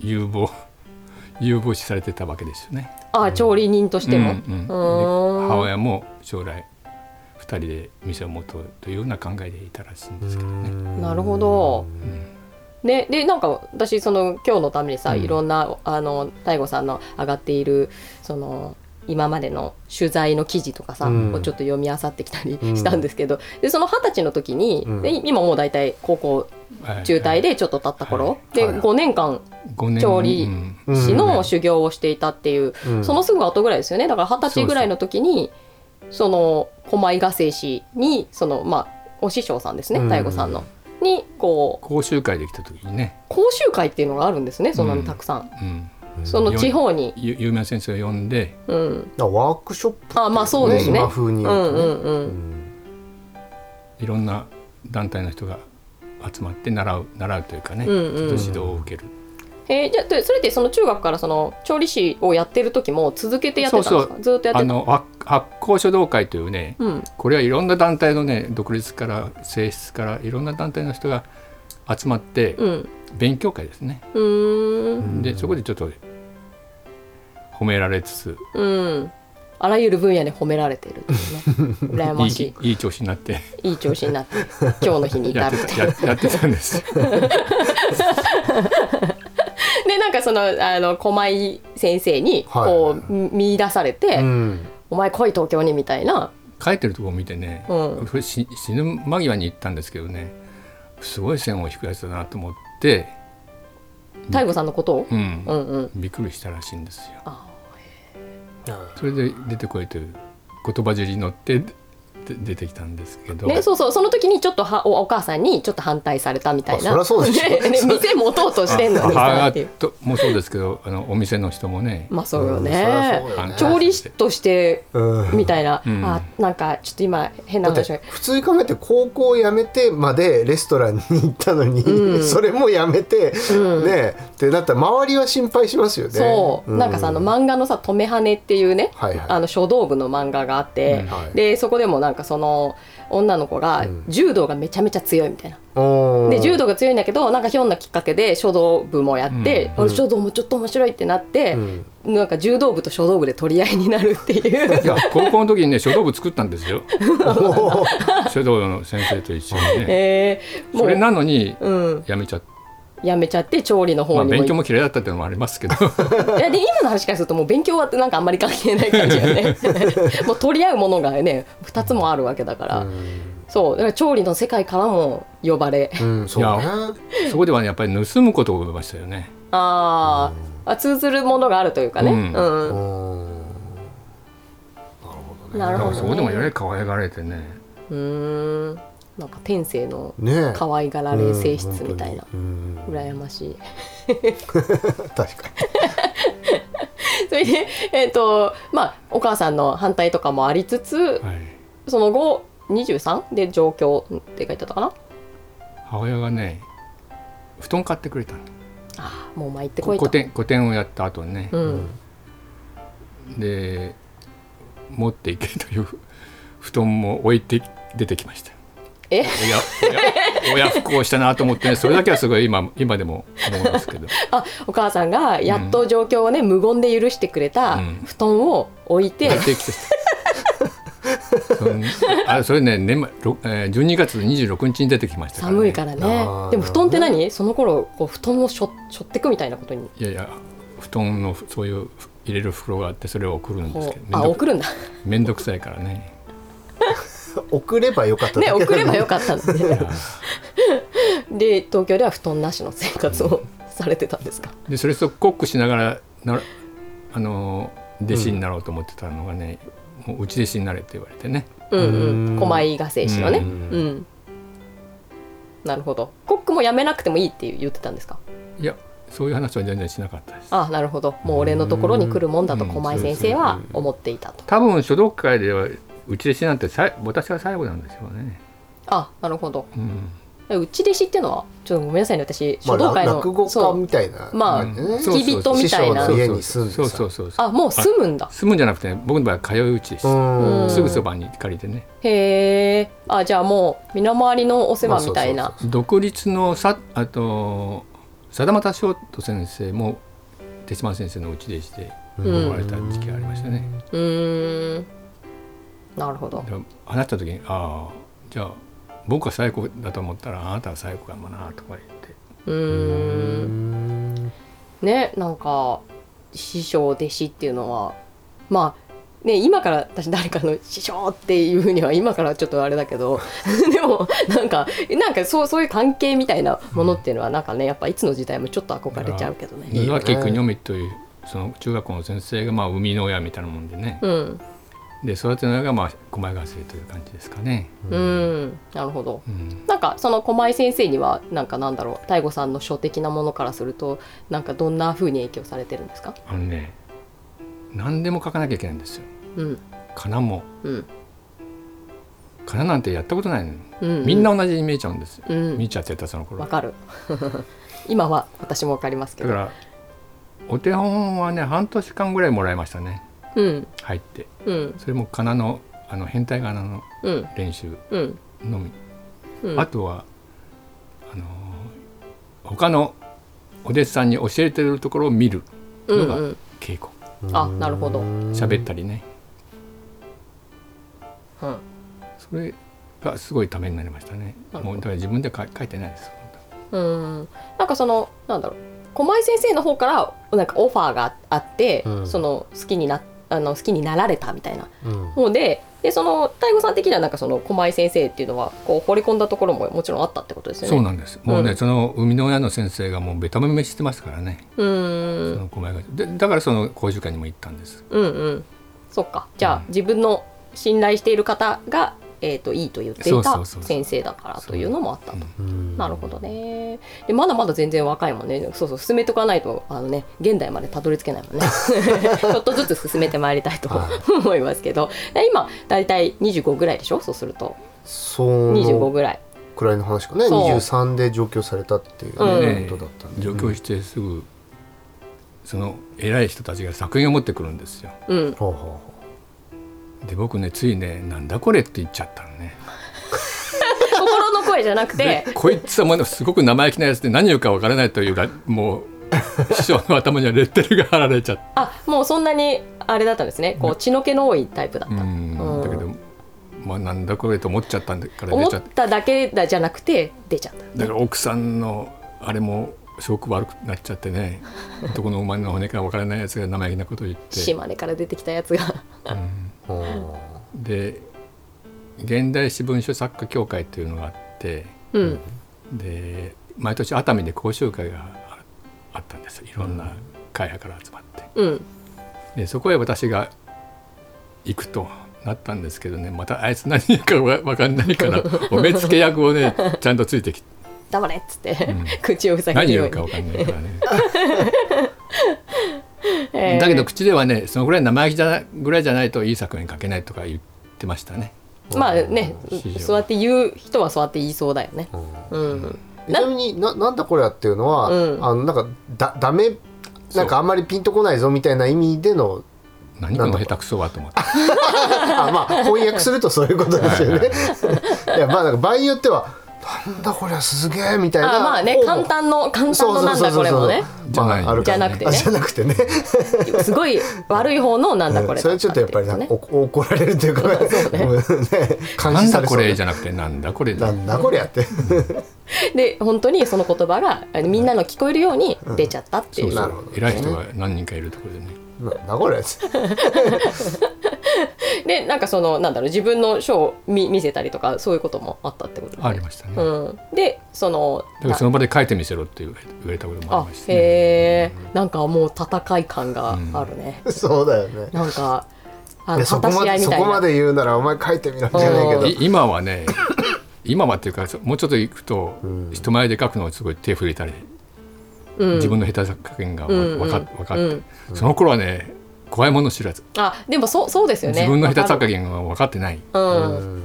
S3: 有望 有望視されてたわけですよね。
S1: あ調理人としても、
S3: うんうんで
S1: うーん
S3: 母親も将来2人で店を持とうというような考えでいたらしいんですけどね。
S1: なるほどね、でなんか私その今日のためにさ、
S3: うん
S1: いろんなあの大悟さんの上がっているその今までの取材の記事とかさ、
S2: うん
S1: をちょっと読み漁ってきたり
S2: うん
S1: したんですけど、でその二十歳の時に、
S2: うん
S1: で今もう大体高校
S3: はい
S1: 中退でちょっと経った頃、で、
S2: はい
S1: 5年間
S3: 五年
S1: 調理
S3: うん
S1: 市の修行をしていたっていう、
S2: うん
S1: そのすぐ後ぐらいですよねだから二十歳ぐらいの時にその狛江賀生氏にそのまあお師匠さんですね
S2: うん
S1: 大悟さんの、にこう
S3: 講習会できた時にね、
S1: 講習会っていうのがあるんですねそんなにたくさん、
S3: うん、
S1: その地方に、
S3: ゆ有名な先生を呼んで
S1: うん、
S2: だからワークショップってい
S1: あまあそうですね
S2: 今風
S1: う
S2: に
S1: ん
S2: 言うと
S1: う
S2: ね
S1: んうん
S3: いろんな団体の人が集まって習う習うというかね、
S1: うんうん
S3: ちょっと指導を受ける。
S1: えーじゃあでそれってその中学からその調理師をやってる時も続けてやってたんですか
S3: そうそ
S1: ずっとやっ
S3: あ
S1: てた
S3: の発発酵書道会というね、
S1: うん
S3: これはいろんな団体のね独立から性質からいろんな団体の人が集まって
S1: うん
S3: 勉強会ですね、
S1: うーん
S2: うん
S3: でそこでちょっと褒められつつ
S1: うんあらゆる分野で褒められてるっていうね 羨
S3: い
S1: ま
S3: い
S1: し
S3: きいい調子になって
S1: いいい調子になって今日の日に
S3: や
S1: 至
S3: っ
S1: る
S3: てたややってたんです
S1: でなんかそのあの駒井先生にこう、見出されて、
S2: うん
S1: お前来い東京に」みたいな
S3: 書いてるところを見てね、
S1: う
S3: し死ぬ間際に行ったんですけどねすごい線を引くやつだなと思って、
S1: 大悟さんのことを、
S3: うん
S1: うん、うん
S3: びっくりしたらしいんですよ。
S1: あ
S3: それで出てこいという言葉尻に乗ってで出てきたんですけど、
S1: ね、そうそうその時にちょっとはおお母さんにちょっと反対されたみたいな
S2: あそりゃそうでしょ
S1: ねね店持とうとしてんのにさ
S3: 母
S1: ってい
S3: 親
S1: う
S3: ともそうですけどあのお店の人もね、
S1: まあそうよね,、
S3: ん
S1: 調理師としてみ
S2: い
S1: たいな、
S3: うん
S1: あなんかちょっと今変な
S2: だっ
S1: 話を
S2: て普通に考えて高校を辞めてまでレストランに行ったのに、
S1: うん
S2: それも辞めて、
S1: うん
S2: ねえってなったら周りは心配しますよね。
S1: そう、なんかさあの漫画のさ「止めはね」っていうね、
S2: はいはい
S1: あの書道部の漫画があって、
S2: はい
S1: でそこでもなんかその女の子が
S2: うん
S1: 柔道がめちゃめちゃ強いみたいな、
S2: おー
S1: で柔道が強いんだけどなんかひょんなきっかけで書道部もやって、
S2: うん
S1: 俺書道もちょっと面白いってなって、
S2: うん
S1: なんか柔道部と書道部で取り合いになるっていう
S3: いや高校の時にね書道部作ったんですよ
S2: おー
S3: 書道の先生と一緒にね。
S1: えー、も
S3: それ
S1: う
S3: なのに
S1: うん、
S3: やめちゃった、
S1: やめちゃって調理の
S3: ま
S1: 方に
S3: あ、
S1: も
S3: 勉強
S1: 行っ
S3: も嫌いだったっていうのもあります けど
S1: いやで今の話からするともう勉強はってなんかあんまり関係ない感じよ ねもう取り合うものがね2つもあるわけだから、そうだから調理の世界からも呼ばれ
S2: うん、そう
S3: い
S2: ね。
S3: そこではねやっぱり盗むことを覚えましたよね。
S1: あーあ通ずるものがあるというかね、う
S3: うんん
S2: うん
S1: な
S3: だ
S1: る
S3: か
S1: ほ
S3: らそこ
S1: ど
S3: でもよ
S1: ね
S3: り可愛がられてね。
S1: うーんなんか天性の
S2: ねえ。
S1: 可愛がられ性質みたいな、
S2: うん本当に
S1: 羨ましい
S2: うん確か
S1: それでえっ、とまあお母さんの反対とかもありつつ
S3: はい
S1: その後23で上京って書いてあったかな
S3: 母親がね布団買ってくれたの
S1: あーもう巻いてこいと
S3: 古典古典をやった後にね、
S1: うん
S3: で持っていけという 布団も置いて出てきました
S1: え
S3: 親親不幸したなと思ってねそれだけはすごい今今でも思いますけど
S1: あお母さんがやっと状況をね、無言で許してくれた
S3: うん
S1: 布団を置いて、
S3: 置いてきてそんあそれね年末ろえー12月26日に出てきましたから、ね、
S1: 寒いからね
S2: あー
S1: でも布団って何、その頃こう布団をしょしょってくみたいなことに
S3: いやいや布団のそういう入れる袋があってそれを送るんです
S1: こ
S3: け
S1: う
S3: ど
S1: あ
S3: めんどく
S1: 送るんだ
S3: めんどくさいからね
S2: に。送ればよかっただけ
S1: ね
S2: だ。
S1: 送ればよかったんで、
S3: いや
S1: で東京では布団なしの生活をされてたんですか
S3: でそれとコックしながらならあのー弟子になろうと思ってたのがね、もううち弟子になれって言われてね
S1: うんうん
S2: うん
S1: 狛江合戦士のねう
S3: うんん、
S1: なるほどコックも辞めなくてもいいって言ってたんですか
S3: いやそういう話は全然しなかったです
S1: あなるほどもう俺のところに来るもんだと
S3: うん
S1: 狛江先生は思っていたと、
S3: 多分書道界ではうち弟子なんてさい私が最後なんでしょうね、
S1: あなるほど
S3: うん、
S1: うち弟子っていうのはちょっとごめんなさいね私
S2: ま
S1: 書
S2: あ
S1: 道界の、
S2: 落語
S1: そ
S2: 家
S1: う
S2: みたいな。
S1: まあ
S3: うん
S2: 付
S1: き人みたいな
S2: 師匠の家に住んで
S3: そう
S2: さ
S3: そうそうそう
S1: あもう住むんだ
S3: 住むんじゃなくて僕の場合は通いうちです、
S2: うん
S3: すぐそばに借りてね
S1: へえあじゃあもう身の回りのお世話みたいな、
S2: まあそうそう
S3: 独立のさあとさだまた翔斗先生も手島先生のうち弟子で
S1: うん
S3: 来られた時期がありましたね、
S1: うーんなるほど
S3: で話した時に「ああじゃあ僕は最高だと思ったらあなたは最高かもな」とか言って
S1: う
S2: う
S1: ーん
S2: ん
S1: ねなんか師匠弟子っていうのはまあね今から私誰かの師匠っていうふうには今からちょっとあれだけど でもなんかなんかそうそういう関係みたいなものっていうのはなんかねやっぱいつの時代もちょっと憧れちゃうけど
S3: 野
S1: ね。
S2: よね
S3: 崎邦臣というその中学校の先生がまあ生みの親みたいなもんでね、
S1: うん、
S3: で育ての親がまあ狛江学生という感じですかね。
S1: うん、なるほど。
S3: うん
S1: なんかその駒井先生にはなんかなんだろう大悟さんの書的なものからするとなんかどんな風に影響されてるんですか
S3: あのね何でも書かなきゃいけないんですよ。
S1: うん
S3: 仮名も
S1: うん
S3: 仮名なんてやったことないの
S1: うん
S3: みんな同じに見えちゃうんですよ。
S1: うん
S3: 見ちゃってたその頃
S1: わ。かる 今は私もわかりますけ
S3: だ
S1: ど
S3: からお手本はね半年間ぐらいもらいましたね
S1: うん
S3: 入って
S1: うん
S3: それも仮名のあの変態仮名の
S1: うん
S3: 練習
S1: うん
S3: のみ、
S1: うん
S3: あとはあのー他のお弟子さんに教えてるところを見る
S1: うん
S3: の
S1: う
S3: が
S1: ん
S3: 稽古
S1: あなるほど
S3: 喋ったりね
S1: うん
S3: それがすごいためになりましたね
S1: なるほど
S3: もうだから自分で書い書いてないです
S1: うんなんかそのなんだろう駒井先生の方からなんかオファーがあって、
S2: うん
S1: その好きになあの好きになられたみたいな
S2: うん
S1: 方ででその醍醐さん的にはなんかその駒井先生っていうのはこう掘り込んだところももちろんあったってことですよね。
S3: そうなんですもうね、
S1: うん
S3: その生みの親の先生がもうベタ褒めしてますからね、
S1: う
S3: そ
S1: ん
S3: の小前がでだからその講習会にも行ったんです
S1: うんうんそっかじゃあ、
S3: うん
S1: 自分の信頼している方が、えー、といいと言ってい
S3: そうそ
S1: た
S3: うそうそう
S1: 先生だからというのもあったと。
S2: うん
S1: なるほどねでまだまだ全然若いもんねそうそう進めとかないとあのね現代までたどり着けないもん ねちょっとずつ進めてまいりたいと
S2: は
S1: 思いますけどで今大体25ぐらいでしょそうすると
S2: そ
S1: 25
S2: の
S1: ぐらい
S2: くらいの話かね
S1: そう
S2: 23で上京されたっていう
S1: う
S2: ね
S3: ん
S2: ことだったんで
S3: 上京してすぐその偉い人たちが作品を持ってくるんですよ
S1: うん
S2: ほうほうほ
S3: で僕ねついね「なんだこれ」って言っちゃったのね
S1: 心の声じゃなくて
S3: でこいつはもうすごく生意気なやつで何言うかわからないというかもう師匠の頭にはレッテルが貼られちゃって
S1: あもうそんなにあれだったんですねこう血の気の多いタイプだっ
S3: う
S1: た、
S3: んだけど、まあ、なんだこれと思っちゃったんだから
S1: 思
S3: 出
S1: っ
S3: ちゃって
S1: ただけだじゃなくて出ちゃった
S3: だから奥さんのあれもすごく悪くなっちゃってねどこの馬の骨かわからないやつが生意気なことを言って、
S1: 島根から出てきたやつが
S3: うん
S2: うほ
S3: で現代史文書作家協会というのがあって
S1: うん
S3: で毎年熱海で講習会がああったんですいろんな会派から集まって
S1: うん
S3: でそこへ私が行くとなったんですけどねまたあいつ何言うかわわかんないからお目付け役をねちゃんとついてきて
S1: 黙れっつって、
S3: ん
S1: 口を塞い
S3: 何
S1: で
S3: 言うかわかんないからね。
S1: えー
S3: だけど口ではねそのぐらい生意気じゃなぐらいじゃないといい作品書けないとか言ってましたね。
S1: まあね
S3: 市場
S1: そうやって言う人はそうやって言いそうだよね
S2: ううん
S1: うん
S2: ちなみにななんだこれはっていうのは、
S1: うん
S2: あのなんかだダメなんかあんまりピンとこないぞみたいな意味での
S3: 何この下手くそはと思って。
S2: あまあ翻訳するとそういうことですよね。いやまあなんか場合によってはなんだこれはすげえみたいな
S1: あまあね
S2: 方も
S1: 簡単の簡単のなんだこれもね
S3: じゃない
S2: まああるから
S1: じゃなくてね
S2: あじゃなくてね。
S1: すごい悪い方のなんだこれ
S2: それちょっとやっぱりなんかお怒られるというか、 ね、監
S3: な
S2: 視
S3: ん
S2: さ
S3: だ
S2: れ
S3: こ
S2: そう
S3: れじ
S2: で
S3: ゃなくてなんだこれ
S2: な
S3: だ。
S2: んだこれやって。
S1: で本当にその言葉があのみんなの聞こえるように出ちゃったってい
S3: そううそ
S2: なるほ
S3: う
S2: ど。ね
S3: 偉い人が何人かいるところでね。
S2: なんだこれやって。
S1: でなんかそのなんだろう自分の書を見見せたりとかそういうこともあったってことだ
S3: あ
S1: ね
S3: りましたね。
S1: う
S3: だ
S1: ん、でその
S3: からその場で書いてみせろって言われ言われたこともあ
S1: あ
S3: りましたね。
S1: へえんかもう戦い感があるね、
S2: そうだよね。
S1: なんかあ
S2: い
S1: の
S2: やそこ
S1: 果たし合
S2: ま
S1: いみ
S2: そ
S1: たい
S2: こま
S1: な
S2: で言うならお前書いてみろじゃないけど
S1: うん。
S3: い今はね 今はっていうかもうちょっと行くと
S2: うん
S3: 人前で書くのをすごい手触れたり
S1: うん
S3: 自分の下手作品がわ
S1: うん
S3: わか
S1: うん
S3: 分か
S1: う
S3: っ
S1: ん
S3: てその頃はね怖いもの知らず
S1: あでもそうそうですよね
S3: 自分の下手作
S1: わ
S3: 品は分かってない。
S1: かるうん
S2: うん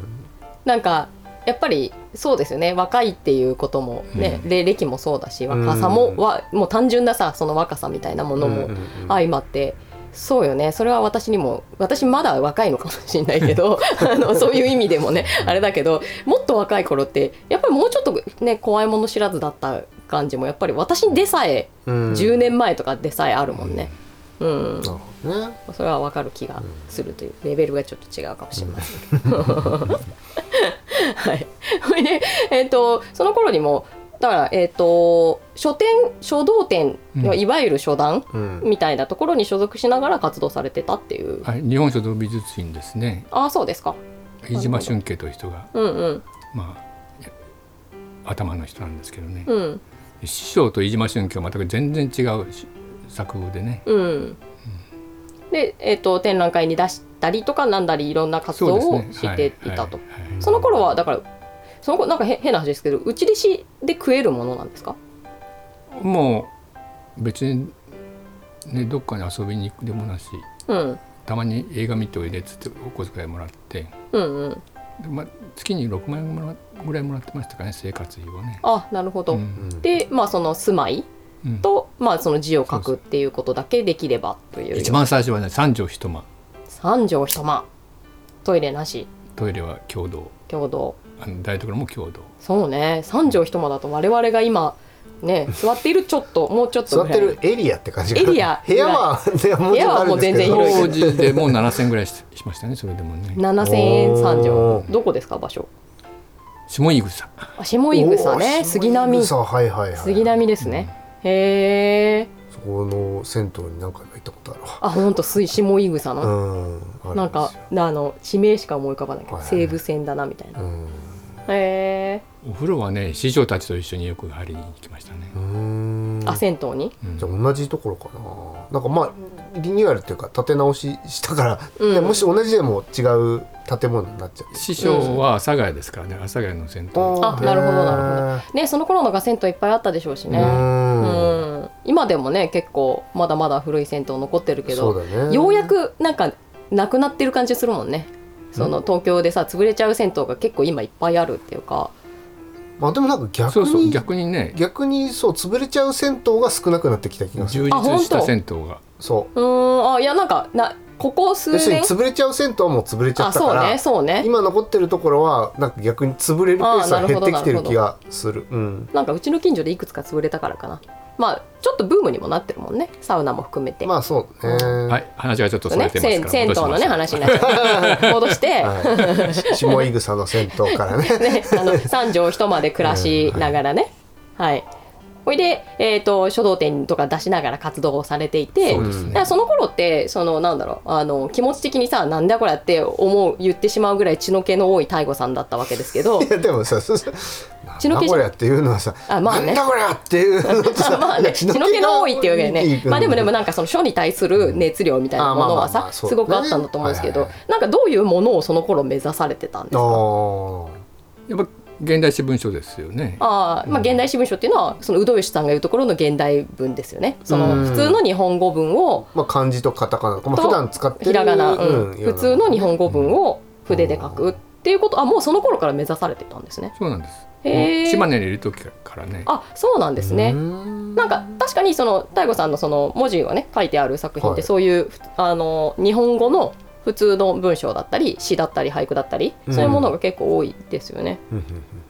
S1: なんかやっぱりそうですよね若いっていうこともね、
S3: う
S1: で歴もそうだし若さも、
S2: うん
S1: はもう単純なさその若さみたいなもの
S2: う
S1: も
S2: んうんうん
S1: 相まって、そうよねそれは私にも私まだ若いのかもしれないけどあのそういう意味でもねあれだけどもっと若い頃ってやっぱりもうちょっとね怖いもの知らずだった感じもやっぱり私でさえ、
S2: うん
S1: 10年前とかでさえあるもんね。うん
S2: なるほどね。
S1: それは分かる気がするというレベルがちょっと違うかもしれませんけど。はい、それで、えっとその頃にもだから、えっと書店書道店の
S3: うん
S1: いわゆる書壇
S2: うん。
S1: みたいなところに所属しながら活動されてたっていう、
S3: はい日本書道美術院ですね。
S1: ああそうですか
S3: 飯島俊慶という人が、
S1: うんうん
S3: まあ、頭の人なんですけどね、
S1: うん
S3: 師匠と飯島俊慶は全く全然違うし作風でね
S1: うん。で、えっと展覧会に出したりとかなんだりいろんな活動
S3: そう
S1: を
S3: ですね
S1: していたと
S3: はいはいはい
S1: その頃はだからその頃なんかへ変な話ですけど打ち弟子で食えるものなんですか
S3: もう別に、ね、どっかに遊びに行くでもなし
S1: うん
S3: たまに映画見ておいでっつってお小遣いもらって、
S1: うんうん
S3: でまあ、月に6万円もらぐらいもらってましたかね生活費をね。
S1: あなるほど、
S3: うん
S1: でまあその住まい
S3: うん
S1: と、まあその字を書くっていうことだけできればという
S3: 一番最初はね三畳一間
S1: 三畳一間トイレなし
S3: トイレは共同
S1: 共同
S3: あの台所も共同
S1: そうね三畳一間だと我々が今 ね座っているちょっともうちょっと
S2: 座
S1: ぐ
S2: っ
S1: らい
S2: てるエリアって感じかな
S1: エリア
S2: 部屋はねも
S1: 部
S2: うち
S1: 屋
S2: ょっとあ
S1: は
S2: る
S1: も
S2: ん
S1: う
S2: です
S1: 全
S2: け
S1: 然
S2: ど
S1: 広い
S3: 当時でもう7000ぐらいししましたねそれでもね
S1: 7000円三
S2: お
S1: 畳
S2: ー
S1: どこですか場所
S3: 下井草
S1: あ下井草ね
S2: おー
S1: 杉並
S2: 下井草はいはいはい
S1: 杉並ですね、へえ
S2: そこの銭湯に何回も行ったことあるわ
S1: あほんと水下井草の、
S2: うんある
S1: なんか
S2: ですよ
S1: あの地名しか思い浮かばないけど、
S2: はいはい
S1: 西武線だなみたいな、
S2: うん
S1: へえ
S3: お風呂はね師匠たちと一緒によく入りに行きましたね
S2: う、ーん
S1: あ銭湯に
S3: うん
S2: じゃあ同じところかななんかまあリニューアルっていうか建て直ししたから、ねもし同じでも違う建物になっちゃう
S3: 師匠は阿佐ヶ谷ですからね阿佐ヶ谷の銭湯
S1: あなるほどなねその頃のが銭湯いっぱいあったでしょうしねう
S2: うん
S1: ん今でもね結構まだまだ古い銭湯残ってるけ
S2: そ
S1: ど、
S2: うだね
S1: ようやくなんかなくなってる感じするもんねその東京でさ潰れちゃう銭湯が結構今いっぱいあるっていうか
S2: まあでもなんか逆に
S3: そうそう逆にね
S2: 逆にそう潰れちゃう銭湯が少なくなってきた気がする
S3: 充実した銭湯が
S2: そう
S1: ーんあいやなんかなここ数
S2: う要する
S1: 年
S2: に潰れちゃう銭湯はもう潰れちゃ
S1: あ
S2: った
S1: そ
S2: か
S1: う
S2: ら、
S1: ねそうね
S2: 今残ってるところはなんか逆に潰れるペース
S1: あーな
S2: は
S1: る
S2: 減
S1: ほ
S2: っ
S1: ど
S2: てきてる気がするうん
S1: なんかうちの近所でいくつか潰れたからかなまあちょっとブームにもなってるもんねサウナも含めて。
S2: まあそうね、
S3: はい話がちょっとそれ
S1: ね、
S3: てますから
S1: 銭銭湯のね
S3: 戻しま
S1: 話
S3: す
S1: になっちゃ う戻して、
S2: はいし下井草の銭湯から ね
S1: ね、あ の三畳一間で暮らしながらね、はい、ほいで、えー、と書道展とか出しながら活動をされていて
S3: そうですね
S1: だからその頃ってそのなんだろうあの気持ち的にさなんだこれって思う言ってしまうぐらい血の気の多い大悟さんだったわけですけ ど
S2: いやでもさそうそう
S1: 血
S2: な
S1: の
S2: ん
S1: 気じ
S2: だ
S1: ゃ
S2: こりゃっていうのはさ
S1: あまあね
S2: なんだこりゃっていうのとさ
S1: まあ
S2: い
S1: ね
S2: や
S1: 血の気の多いっていうわけでねまあでもでも
S2: な
S1: なんかその書に対する熱量みたいなものは
S2: あまあまあま
S1: さ
S2: あ
S1: す
S2: そうだね
S1: ごくあったんだと思うんですけ
S2: は
S1: ど
S2: いはい
S1: なんかどういうものをその頃目指されてたんですか
S3: やっぱ現代史文書ですよね
S1: あーまあ、現代史文書っていうのはその有働吉さんが言うところの現代文ですよねその
S2: うん
S1: 普通の日本語文を
S2: まあ漢字とカタカナ、まあ、
S1: と
S2: 普段使ってる
S1: ひらがな、うん
S2: うん
S1: 普通の日本語文を筆で書
S2: う
S1: く
S2: ん
S1: っていうことあもうその頃から目指されてたんですね
S3: そうなんです
S1: へー
S3: 島根にいる時からね
S1: あそうなんですね、
S2: うん
S1: なんか確かにその大悟さんのその文字がね書いてある作品っ
S2: は
S1: て
S2: い
S1: そういう、ふあの日本語の普通の文章だったり詩だったり俳句だったりそういうものが結構多いですよね、
S2: うんうん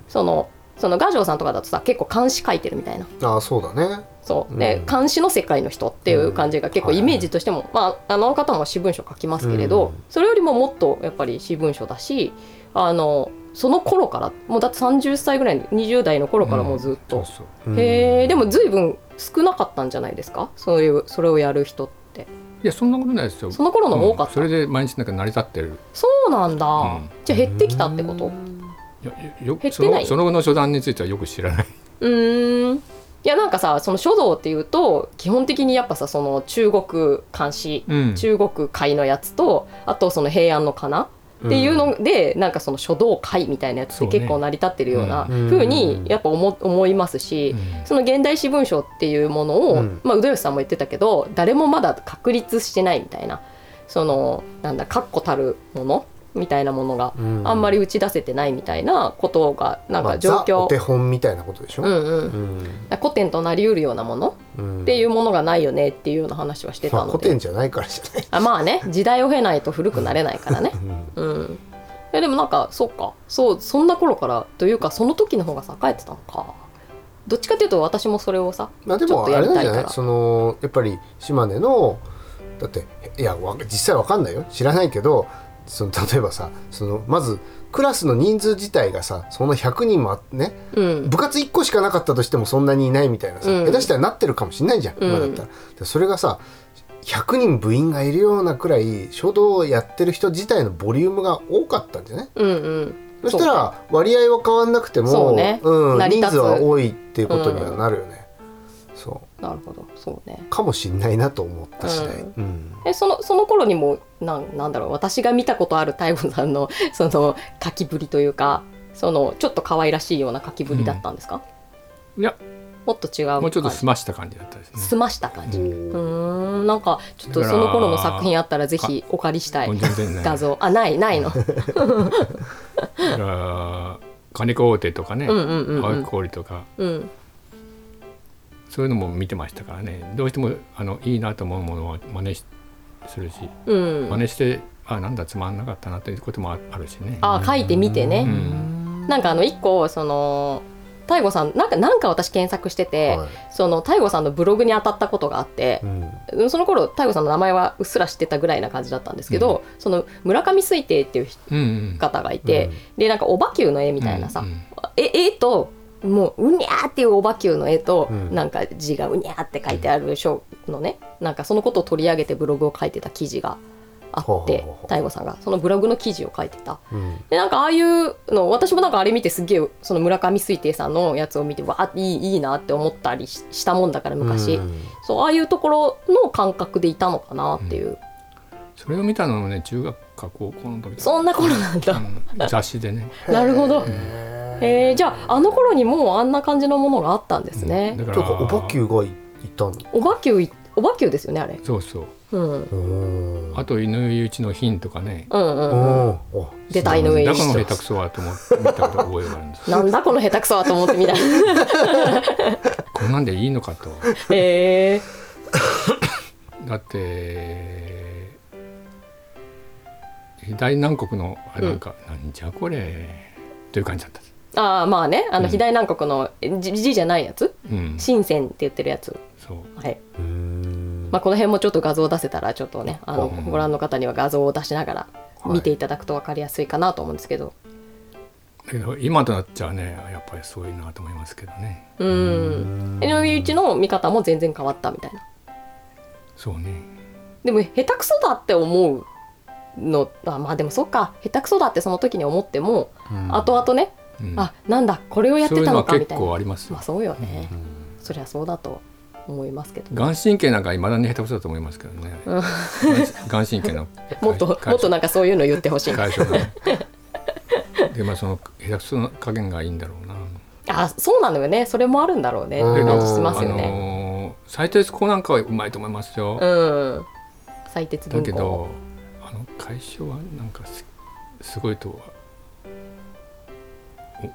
S1: そのその画嬢さんとかだとさ結構漢詩書いてるみたいな
S2: うんああそうだね
S1: そう
S2: う
S1: で
S2: ん
S1: 監視の世界の人っていう感じが結構
S2: うん
S1: イメージとしても、まあ、あの方も私文書書きますけれど、
S2: うん
S1: それよりももっとやっぱり私文書だしあのその頃からもうだって30歳ぐらい20代の頃からもうずっ
S3: そ
S1: と
S3: う、そう
S2: うん
S1: へえでも随分少なかったんじゃないですかそういうそれをやる人って
S3: いやそんなことないですよ
S1: その頃の方が多かった、
S3: うんそれで毎日なんか成り立ってる
S1: そうなんだ、
S3: うん
S1: じゃあ減ってきたってこと
S3: よ
S1: 減
S3: よ
S1: って
S3: その
S1: ない
S3: その後の初段についてはよく知らない、
S1: うーんいやなんかさその書道っていうと基本的にやっぱさその中国漢詩
S3: うん
S1: 中国会のやつとあとその平安のかなっていうので、なんかその書道会みたいなやつっ
S3: そ
S1: て
S3: う
S1: 結
S3: ね
S1: 構成り立ってるような
S3: うん
S1: ふうに
S2: うん
S1: やっぱ思思いますし、その現代史文書っていうものを、
S2: うん
S1: まあ、宇土吉さんも言ってたけど誰もまだ確立してないみたいなそのなんだ確固たるものみたいなものがあんまり打ち出せてないみたいなことがなん
S2: ま
S1: か
S2: あ
S1: 状
S2: ザお手
S1: 況、
S2: 本みたいなことでしょ、
S1: うんうん、だか
S2: うん
S1: ら古典となりうるようなもの
S2: うん
S1: っていうものがないよねっていうような話はして
S2: まあ
S1: たの
S2: 古
S1: で、
S2: 典じゃないからじゃない
S1: あまあね時代を経ないと古くなれないからねうんいやでもなんかそうかそうそんな頃からというかその時の方が栄えてたのかどっちかというと私もそれをさ
S2: まあで
S1: ちょっ
S2: も
S1: と
S2: あ
S1: やり
S2: れなん
S1: たい
S2: じゃ
S1: か
S2: ない
S1: ら
S2: そのやっぱり島根のだっていやわ実際わかんないよ知らないけどその例えばさそのまずクラスの人数自体がさそんな100人もあね
S1: うん
S2: 部活1個しかなかったとしてもそんなにいないみたいなさ、
S1: うん
S2: 下手したらなってるかもしれないじゃん、
S1: うん
S2: 今だったらでそれがさ100人部員がいるようなくらい書道をやってる人自体のボリュームが多かったんじゃない
S1: うんうん
S2: そしたら割合は変わんなくても
S1: そうね
S2: うん
S1: 成り
S2: 人
S1: 立つ
S2: 数は多いっていうことにはなるよね、そ
S1: なるほどそうね
S2: うかもしんないなと思った次
S1: う
S2: 第、うん
S1: えそのその頃にもなんなんだろう私が見たことある大悟さんの その書きぶりというかそのちょっと可愛らしいような書きぶりだったんですか、
S3: いや
S1: もっと違う感じ
S3: もうちょっと澄ました感じだったですね
S1: 澄ました感じ
S2: う
S1: うんーんなんかちょっとその頃の作品あったらぜひお借りしたい
S3: 全然ね
S1: 画像あないないの
S3: だから金子大手とかね
S1: うんうんうんうん
S3: 青い氷とか
S1: うん
S3: そういうのも見てましたからねどうしてもあのいいなと思うものは真似しするし
S1: うん
S3: 真似してあなんだつまんなかったなということもああるしね
S1: あ書いてみてね、
S3: うん
S1: なんかあの一個その大悟さんなんかなんか私検索してて、
S2: はい
S1: その大悟さんのブログに当たったことがあって
S2: う、ん
S1: その頃大悟さんの名前はうっすら知ってたぐらいな感じだったんですけど、その村上水亭っていう
S3: うんうん
S1: 方がいて、でなんかおばきゅうの絵みたいなさ、
S3: うんうん
S1: え絵ともううにゃーっていうおばきゅうの絵と、
S2: うん
S1: なんか字がうにゃーって書いてある書のねなんかそのことを取り上げてブログを書いてた記事があ
S2: ほう
S1: っ
S2: ほう
S1: て
S2: ほうほう
S1: 大悟さんがそのブログの記事を書いてた
S2: うん
S1: でなんかああいうの私もなんかあれ見てすっげえその村上水亭さんのやつを見てわあいいいいなって思ったりししたもんだから昔、
S2: うん
S1: そうああいうところの感覚でいたのかなっていう、
S3: それを見たのもね中学か高校の時だ
S1: そんな頃なんだ、
S3: うん雑誌でね
S1: なるほど
S2: へー
S1: えー、じゃああの頃にもうあんな感じのものがあったんですね、
S3: だか
S2: と
S3: ら
S2: かおばきゅうがいいたの
S1: おばきゅういおばきゅうですよねあれ、
S3: そうそう
S1: うん、
S2: うーん
S3: あと犬湯一の品とかね
S1: うんう
S2: うん
S1: うん
S2: んお
S1: 出た犬
S3: だ
S1: 上
S3: かの
S1: 一
S3: 下手くそはと思って見たこと覚えがあるんで す
S1: なんだこの下手くそはと思ってみた
S3: こんなんでいいのかと
S1: え
S3: だって大南国のあれなんか、なんじゃこれという感じだったです
S1: ー、ああまあねあの
S3: うん
S1: 肥大南国のじじじゃないやつ
S3: うん
S1: 深センって言ってるやつ
S3: そう
S1: はい、
S2: うーん
S1: まあ、この辺もちょっと画像を出せたらちょっとねあの
S3: うん
S1: ご覧の方には画像を出しながら
S2: はい
S1: 見ていただくと分かりやすいかなと思うんですけど、
S3: だけど今となっちゃねやっぱりすごいなと思いますけどね
S1: うん井上一の見方も全然変わったみたいな
S3: そうね
S1: でも下手くそだって思うのあまあでもそっか下手くそだってその時に思っても、
S2: うん
S1: 後々ね、
S3: うん
S1: あなんだこれをやってたの
S3: そう
S1: か
S3: いうのは
S1: みた
S3: 結
S1: いな
S3: 構ありますよ
S1: まあそうよね、
S2: うん
S1: そりゃそうだと思いますけど
S3: 眼神経なんかいまだに下手くそだと思いますけどね、
S1: うん
S3: 眼神経の
S1: もっともっとなんかそういうの言ってほしいな
S3: 解消 解消でまあその下手くその加減がいいんだろうな
S1: あそうなのよねそれもあるんだろうね
S2: うん
S1: って感じします
S3: あ
S1: よね
S3: のー、最低そこなんかはうまいと思いますよ、
S1: うん最鉄
S3: だ
S1: 文
S3: け
S1: 庫も
S3: どあの解消はなんかすすごいとは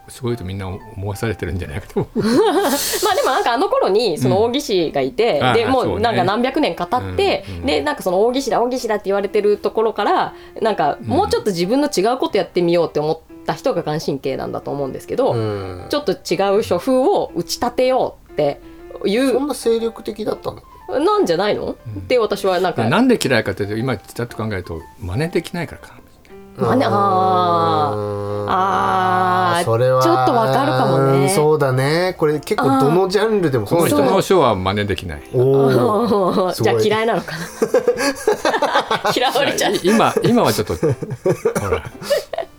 S3: おすごいとみんな思わされてるんじゃないかと思う
S1: まあでもなんかあの頃にその
S3: うん
S1: 大義士がいて、
S3: ああ
S1: でも
S3: そう
S1: う
S3: ね
S1: なんか何百年か経って、
S3: うんうん
S1: でなんかその大義士だ大義士だって言われてるところからなんかもうちょっと自分の違うことやってみようって思った人が眼神経なんだと思うんですけど、
S2: うん
S1: ちょっと違う書風を打ち立てようってい
S2: そん
S1: う
S2: な精力的だったの
S1: なんじゃないの、
S3: うん
S1: って私はなんか
S3: なんで嫌いかというと今ちらっと考えると真似できないからかな
S1: まあねあー
S2: うーん
S1: あー
S2: それは
S1: ちょっとわかるかもね
S2: うんそうだねこれ結構どのジャンルでもそ
S3: こ
S2: う
S3: の
S2: だ
S3: 人
S2: ね
S3: の書は真似できない
S2: おー
S1: あ
S2: す
S1: じ
S2: ご
S1: ゃ
S2: い
S1: あ嫌いなのかな 嫌われちゃう
S3: い今今はちょっとほら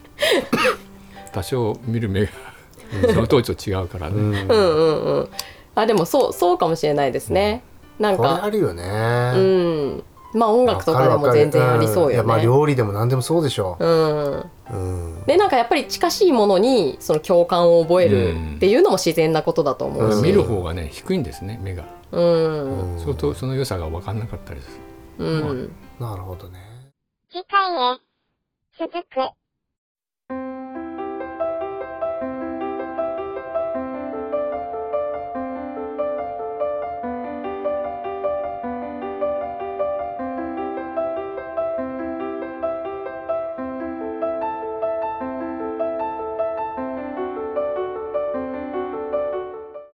S3: 多少見る目がその当時と違うからね、
S2: うん
S1: う
S2: こ
S1: んうんうんあでもそうそうかもしれないですね、なん
S2: れ
S1: か
S2: あるよ
S1: う
S2: ね
S1: んまあ音楽とかで
S2: わ
S1: も
S2: るわる
S1: 全然ありそう
S2: うんい
S1: よ
S2: やまあ
S1: ね
S2: 料理でも何でもそうでしょ
S1: うん
S2: ううん
S1: でなんかやっぱり近しいものにその共感を覚えるっていうのも自然なことだと思う
S2: うん
S3: 見
S1: し
S3: る方がね低いんですね目が
S1: うんうん、
S3: 相当その良さが分かんなかったりする
S1: うん
S2: なるほどね
S4: 次回へ、続く。